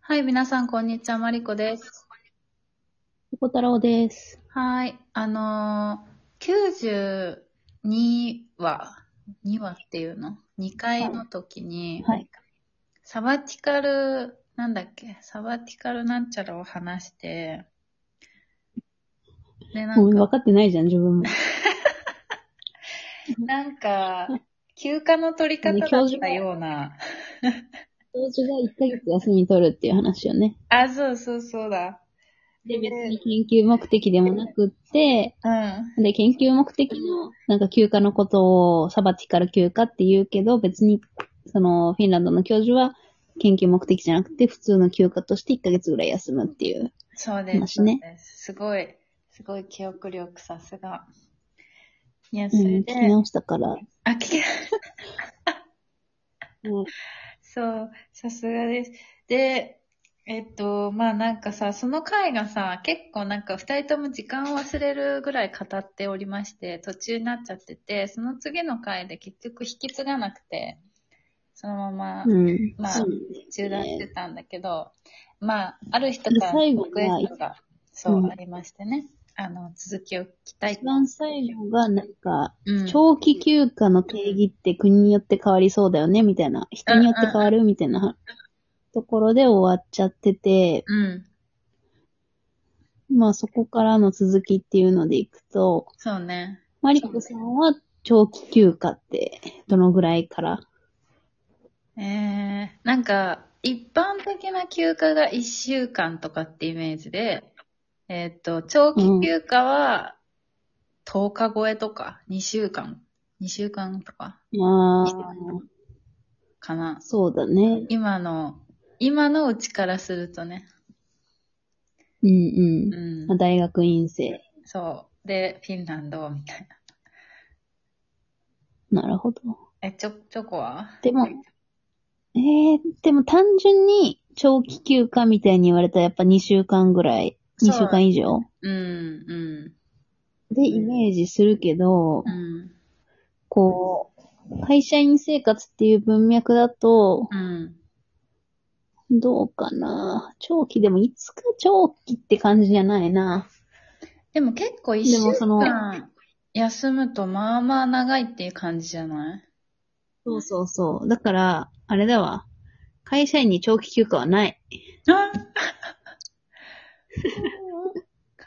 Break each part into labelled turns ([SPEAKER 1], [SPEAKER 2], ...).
[SPEAKER 1] はい、皆さん、こんにちは。マリコです。
[SPEAKER 2] ピコ太郎です。
[SPEAKER 1] はい。あのー、92話、2話っていうの ?2 回の時に、
[SPEAKER 2] はい。
[SPEAKER 1] サバティカル、なんだっけサバティカルなんちゃらを話して、で、な
[SPEAKER 2] も
[SPEAKER 1] ん
[SPEAKER 2] う分
[SPEAKER 1] か、
[SPEAKER 2] かってないじゃん、自分も。
[SPEAKER 1] なんか、休暇の取り方だったような、
[SPEAKER 2] 教授が1ヶ月休み取るっていう話よね。
[SPEAKER 1] あ、そうそうそうだ。
[SPEAKER 2] で、別に研究目的でもなくって、
[SPEAKER 1] うん。
[SPEAKER 2] で、研究目的の、なんか休暇のことをサバティカル休暇って言うけど、別に、その、フィンランドの教授は、研究目的じゃなくて、普通の休暇として1ヶ月ぐらい休むっていう。
[SPEAKER 1] そうです。
[SPEAKER 2] 話
[SPEAKER 1] そう
[SPEAKER 2] ね
[SPEAKER 1] です。すごい、すごい記憶力、さすが。いや、
[SPEAKER 2] う
[SPEAKER 1] そ
[SPEAKER 2] ん、
[SPEAKER 1] れ
[SPEAKER 2] 聞
[SPEAKER 1] で、
[SPEAKER 2] き直したから。
[SPEAKER 1] あ、聞け
[SPEAKER 2] うん
[SPEAKER 1] そう、さすがです。で、えっと、まあなんかさ、その回がさ、結構なんか二人とも時間を忘れるぐらい語っておりまして、途中になっちゃってて、その次の回で結局引き継がなくて、そのまま
[SPEAKER 2] うん。
[SPEAKER 1] まあ
[SPEAKER 2] そう
[SPEAKER 1] 中断してたんだけど、まあ、ある人
[SPEAKER 2] で
[SPEAKER 1] から
[SPEAKER 2] 最後
[SPEAKER 1] リクエストが、そう、
[SPEAKER 2] うん
[SPEAKER 1] ありましてね、あの、続きを聞きたい
[SPEAKER 2] 一。番最後が、なんか、
[SPEAKER 1] うん、
[SPEAKER 2] 長期休暇の定義って国によって変わりそうだよね、みたいな。人によって変わるみたいなところで終わっちゃってて、
[SPEAKER 1] うん、
[SPEAKER 2] まあそこからの続きっていうのでいくと、
[SPEAKER 1] そうね。
[SPEAKER 2] マリコさんは長期休暇ってどのぐらいから
[SPEAKER 1] えー、なんか、一般的な休暇が1週間とかってイメージで、えーっと、長期休暇は10日超えとか、2週間、2週間とか
[SPEAKER 2] ああ、
[SPEAKER 1] かな。
[SPEAKER 2] そうだね。
[SPEAKER 1] 今の、今のうちからするとね。
[SPEAKER 2] う
[SPEAKER 1] う
[SPEAKER 2] んうんん。まあ。大学院生。
[SPEAKER 1] そう。で、フィンランド、みたいな。
[SPEAKER 2] なるほど。
[SPEAKER 1] え、ちょ、チョコは
[SPEAKER 2] でも、えー、でも単純に長期休暇みたいに言われたらやっぱ2週間ぐらい、2週間以上
[SPEAKER 1] うん、う
[SPEAKER 2] でイメージするけど、
[SPEAKER 1] ん、うん、
[SPEAKER 2] こう、会社員生活っていう文脈だと、
[SPEAKER 1] うん。
[SPEAKER 2] どうかな長期でもいつか長期って感じじゃないな。
[SPEAKER 1] でも結構1
[SPEAKER 2] でも
[SPEAKER 1] 週
[SPEAKER 2] その
[SPEAKER 1] 間休むとまあまあ長いっていう感じじゃない
[SPEAKER 2] そうそうそう。だから、あれだわ。会社員に長期休暇はない。
[SPEAKER 1] あ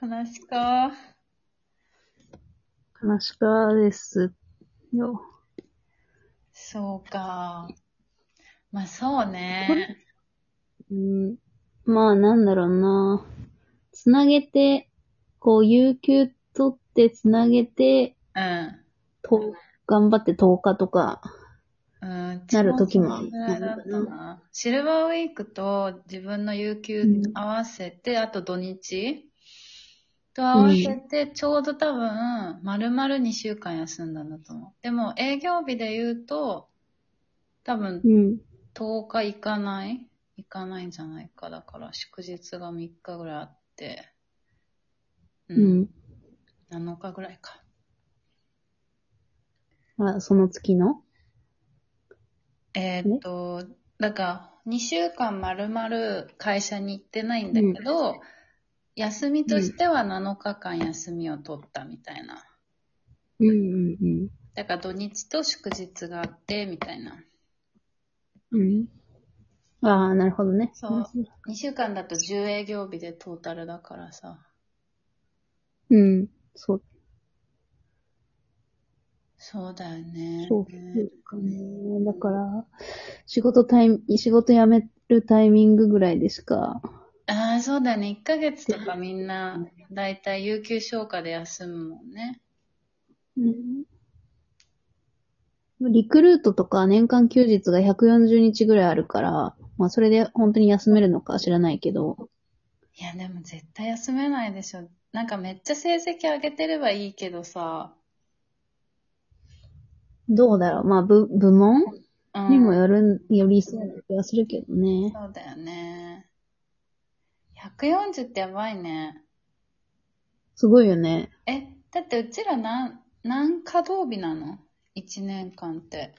[SPEAKER 1] 悲しか。
[SPEAKER 2] 悲しかですよ。
[SPEAKER 1] そうか。まあそうね。
[SPEAKER 2] うん、まあ、なんだろうな。つなげて、こう、有給取ってつなげて、
[SPEAKER 1] うん。
[SPEAKER 2] と頑張って10日とか。
[SPEAKER 1] うん、
[SPEAKER 2] なる時も
[SPEAKER 1] うちそのぐらいだったな。シルバーウィークと自分の有給合わせて、あと土日と合わせて、ちょうど多分、丸々2週間休んだんだと思う。でも営業日で言うと、多分
[SPEAKER 2] うん。
[SPEAKER 1] 10日行かない行かないんじゃないか。だから、祝日が3日ぐらいあって、う、
[SPEAKER 2] うんん。
[SPEAKER 1] 7日ぐらいか。
[SPEAKER 2] あ、その月の
[SPEAKER 1] えーっと、だから、2週間まるまる会社に行ってないんだけど、休みとしては7日間休みを取ったみたいな。
[SPEAKER 2] うんうんうん。
[SPEAKER 1] だから土日と祝日があって、みたいな。
[SPEAKER 2] うん。ああ、なるほどね。
[SPEAKER 1] そう。2週間だと10営業日でトータルだからさ。
[SPEAKER 2] うん。そう。
[SPEAKER 1] そうだよね。
[SPEAKER 2] そう
[SPEAKER 1] ね
[SPEAKER 2] かね。だから、仕事タイミ、仕事辞めるタイミングぐらいでしか。
[SPEAKER 1] ああ、そうだよね。1ヶ月とかみんな、だいたい有給消化で休むもんね。
[SPEAKER 2] うん。リクルートとか年間休日が140日ぐらいあるから、まあそれで本当に休めるのか知らないけど。
[SPEAKER 1] いや、でも絶対休めないでしょ。なんかめっちゃ成績上げてればいいけどさ。
[SPEAKER 2] どうだろう。まあ部、部門
[SPEAKER 1] うん
[SPEAKER 2] にもよる、よりそうな気はするけどね。
[SPEAKER 1] そうだよね。140ってやばいね。
[SPEAKER 2] すごいよね。
[SPEAKER 1] え、だってうちら何、何稼働日なの ?1 年間って。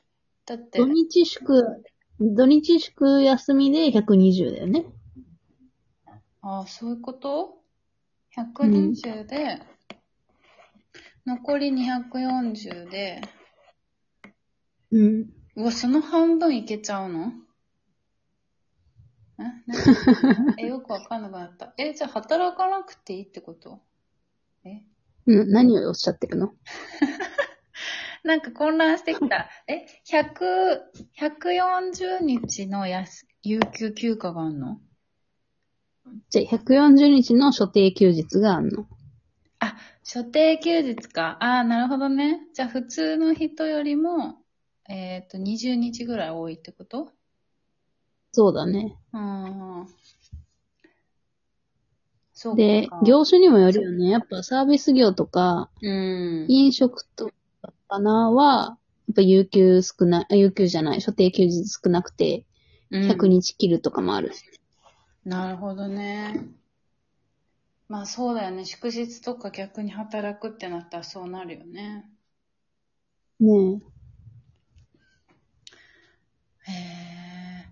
[SPEAKER 1] だって
[SPEAKER 2] 土、日祝、土日祝休みで120だよね。
[SPEAKER 1] ああ、そういうこと ?120 で、残り240で、
[SPEAKER 2] うん。
[SPEAKER 1] うわ、その半分いけちゃうのえなんか え、よくわかんなくなった。え、じゃあ働かなくていいってことえ
[SPEAKER 2] うん、何をおっしゃってるの
[SPEAKER 1] なんか混乱してきた。え、100、140日のやす有給休暇があんの
[SPEAKER 2] じゃあ、140日の所定休日があんの。
[SPEAKER 1] あ、所定休日か。ああ、なるほどね。じゃあ普通の人よりも、えっ、と、20日ぐらい多いってこと
[SPEAKER 2] そうだね。
[SPEAKER 1] うん。そうか。
[SPEAKER 2] で、業種にもよるよね。やっぱサービス業とか、
[SPEAKER 1] うん。
[SPEAKER 2] 飲食とかかなは、やっぱ有給少ない、あ有給じゃない、所定休日少なくて、
[SPEAKER 1] うん
[SPEAKER 2] 100日切るとかもあるし。
[SPEAKER 1] なるほどね。まあそうだよね。祝日とか逆に働くってなったらそうなるよね。
[SPEAKER 2] ねえ。
[SPEAKER 1] へえ。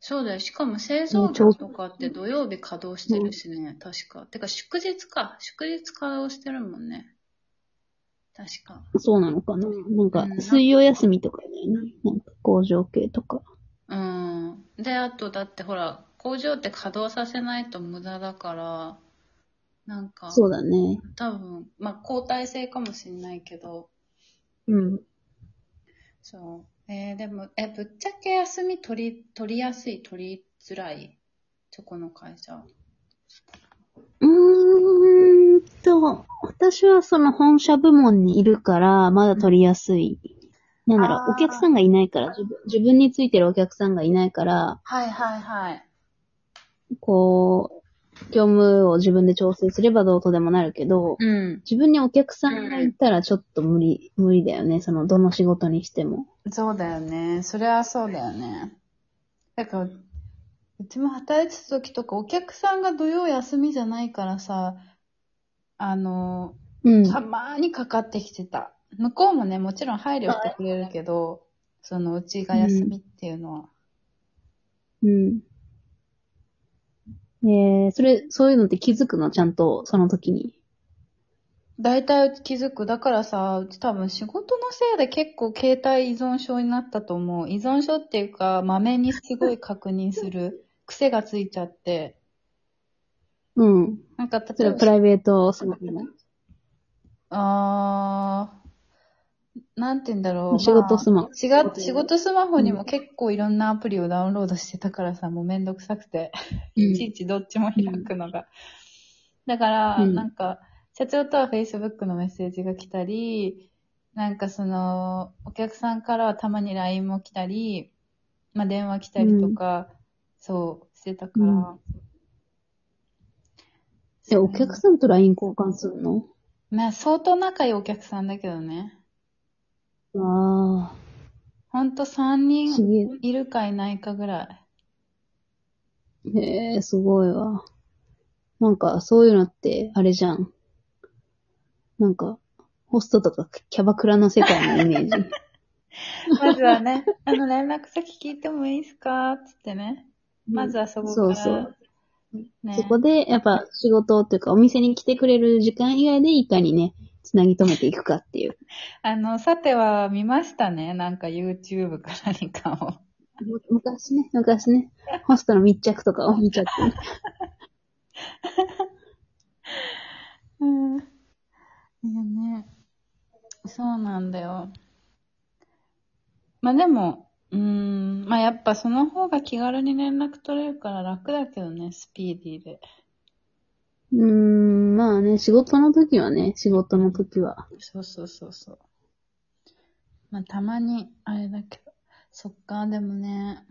[SPEAKER 1] そうだよ。しかも製造業とかって土曜日稼働してるしね。確か。てか祝日か。祝日稼働してるもんね。確か。
[SPEAKER 2] そうなのかな。なんか
[SPEAKER 1] う、ん
[SPEAKER 2] 水曜休みとかだよね。なんか工場系とか。
[SPEAKER 1] うん。で、あとだってほら、工場って稼働させないと無駄だから、なんか、
[SPEAKER 2] そうだね。
[SPEAKER 1] 多分、まあ交代制かもしんないけど、
[SPEAKER 2] うん。
[SPEAKER 1] そう。えーでも、え、ぶっちゃけ休み取り、取りやすい、取りづらい、そこの会社。
[SPEAKER 2] うーんと、私はその本社部門にいるから、まだ取りやすい。なんだろ
[SPEAKER 1] あー
[SPEAKER 2] う、お客さんがいないから、自分自分についてるお客さんがいないから、
[SPEAKER 1] はいはいはい。
[SPEAKER 2] こう、業務を自分で調整すればどうとでもなるけど、
[SPEAKER 1] うん。
[SPEAKER 2] 自分にお客さんがいたらちょっと無理、無理だよね。その、どの仕事にしても。
[SPEAKER 1] そうだよね。そりゃそうだよね。だから、うちも働いてた時とか、お客さんが土曜休みじゃないからさ、あの、
[SPEAKER 2] うん。
[SPEAKER 1] たまーにかかってきてた。向こうもね、もちろん配慮してくれるけど、そのうちが休みっていうのは。
[SPEAKER 2] うん。えー、それ、そういうのって気づくのちゃんと、その時に。
[SPEAKER 1] 大体うち気づく。だからさ、うち多分仕事のせいで結構携帯依存症になったと思う。依存症っていうか、まめにすごい確認する。 癖がついちゃって。
[SPEAKER 2] うん。
[SPEAKER 1] なんか
[SPEAKER 2] そ
[SPEAKER 1] 例
[SPEAKER 2] れ
[SPEAKER 1] え
[SPEAKER 2] はプ
[SPEAKER 1] ば、
[SPEAKER 2] ライベートスマホの
[SPEAKER 1] あー、なんて言うんだろう。
[SPEAKER 2] 仕事スマホ
[SPEAKER 1] まあ仕が仕事スマホにも結構いろんなアプリをダウンロードしてたからさ、もうめんどくさくて。いちいちどっちも開くのが。だから、
[SPEAKER 2] うん
[SPEAKER 1] なんか、社長とは Facebook のメッセージが来たり、なんかその、お客さんからはたまに LINE も来たり、まあ電話来たりとか、そう、してたから。
[SPEAKER 2] うんえ、お客さんと LINE 交換するの
[SPEAKER 1] まあ相当仲良いお客さんだけどね。
[SPEAKER 2] あ
[SPEAKER 1] ほんと3
[SPEAKER 2] あ、す
[SPEAKER 1] 人
[SPEAKER 2] げ
[SPEAKER 1] いるかいないかぐらい。
[SPEAKER 2] え。へえ、すごいわ。なんか、そういうのって、あれじゃん。なんか、ホストとかキャバクラの世界のイメージ。
[SPEAKER 1] まずはね、あの連絡先聞いてもいいですかつってね。 まずはそこから。
[SPEAKER 2] そうそう。
[SPEAKER 1] ね
[SPEAKER 2] そこで、やっぱ仕事というか、お店に来てくれる時間以外でいかにね、つなぎ止めていくかっていう。
[SPEAKER 1] あの、さては見ましたね。なんか YouTube か何かを。
[SPEAKER 2] む昔ね、昔ね、ホストの密着とかを見ちゃってね、
[SPEAKER 1] うん。いやね。そうなんだよ。まあでも、うーん、まあやっぱその方が気軽に連絡取れるから楽だけどね、スピーディーで。
[SPEAKER 2] うーん、まあね、仕事の時はね、仕事の時は。
[SPEAKER 1] そうそうそうそう。まあたまに、あれだけど。そっか、でもね、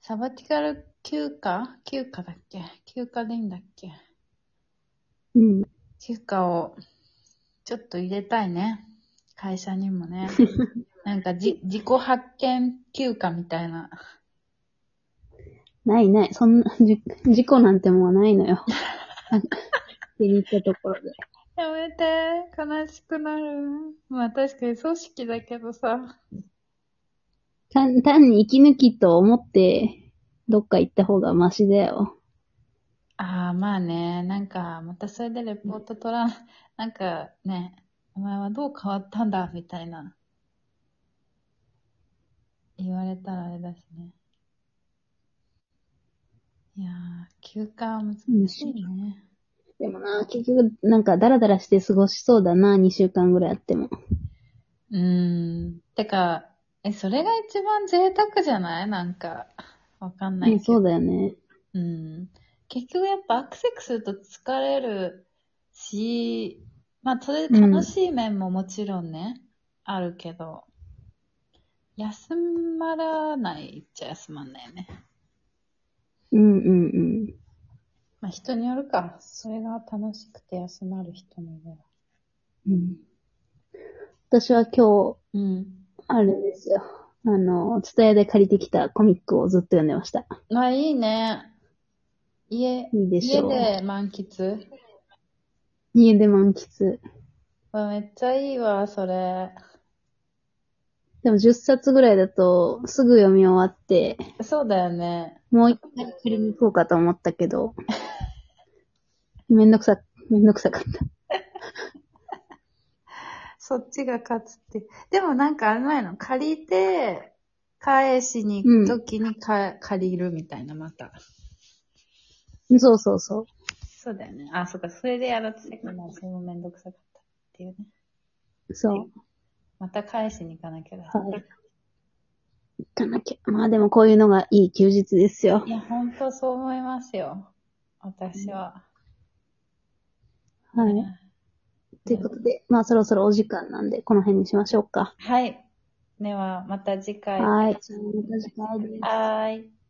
[SPEAKER 1] サバティカル休暇休暇だっけ休暇でいいんだっけ
[SPEAKER 2] うん。
[SPEAKER 1] 休暇をちょっと入れたいね。会社にもね。なんかじ、自己発見休暇みたいな。
[SPEAKER 2] ないない。そんな、じ事故なんてもうないのよ。 って言ったところで。
[SPEAKER 1] やめて、悲しくなる。まあ確かに組織だけどさ。
[SPEAKER 2] 単単に息抜きと思って、どっか行った方がマシだよ。
[SPEAKER 1] ああ、まあね、なんか、またそれでレポート取らん、 なんかね、お前はどう変わったんだ、みたいな。言われたらあれだしね。いやー、休暇は難しいね。
[SPEAKER 2] でもな、結局、なんか、ダラダラして過ごしそうだな、2週間ぐらいあっても。
[SPEAKER 1] うーん。てか、え、それが一番贅沢じゃないなんか、わかんない
[SPEAKER 2] ね、
[SPEAKER 1] けど。
[SPEAKER 2] そうだよね。
[SPEAKER 1] うん。結局やっぱアクセスすると疲れるし、まあそれで楽しい面ももちろんね、あるけど、休まらないっちゃ休まんないよね。
[SPEAKER 2] うんうんうん。
[SPEAKER 1] まあ人によるか。それが楽しくて休まる人もいれば。
[SPEAKER 2] うん、私は今
[SPEAKER 1] う
[SPEAKER 2] 日、
[SPEAKER 1] ん。
[SPEAKER 2] あれですよ。あの、蔦屋で借りてきたコミックをずっと読んでました。
[SPEAKER 1] まあいいね。家、
[SPEAKER 2] いいでし
[SPEAKER 1] 家
[SPEAKER 2] ょう。
[SPEAKER 1] で満喫。
[SPEAKER 2] 家で満喫。
[SPEAKER 1] わめっちゃいいわ、それ。
[SPEAKER 2] でも10冊ぐらいだとすぐ読み終わって、
[SPEAKER 1] そうだよね。
[SPEAKER 2] もう一回借りに行こうかと思ったけど、 めんどくさ、めんどくさかった。
[SPEAKER 1] そっちが勝つって。でもなんかあれないの借りて、返しに行くときにか、借りるみたいな、また。
[SPEAKER 2] そうそうそう。
[SPEAKER 1] そうだよね。あ、そっか。それでやらせてくない。それもめんどくさかったっていうね。
[SPEAKER 2] そう。
[SPEAKER 1] また返しに行かなきゃだ。
[SPEAKER 2] はい。行かなきゃ。まあでもこういうのがいい休日ですよ
[SPEAKER 1] い、。や、ほんとそう思いますよ。私は。
[SPEAKER 2] はい。ということで、まあそろそろお時間なんで、この辺にしましょうか。
[SPEAKER 1] はい。では、また次回。
[SPEAKER 2] はい。じゃあまた次回です。
[SPEAKER 1] はーい。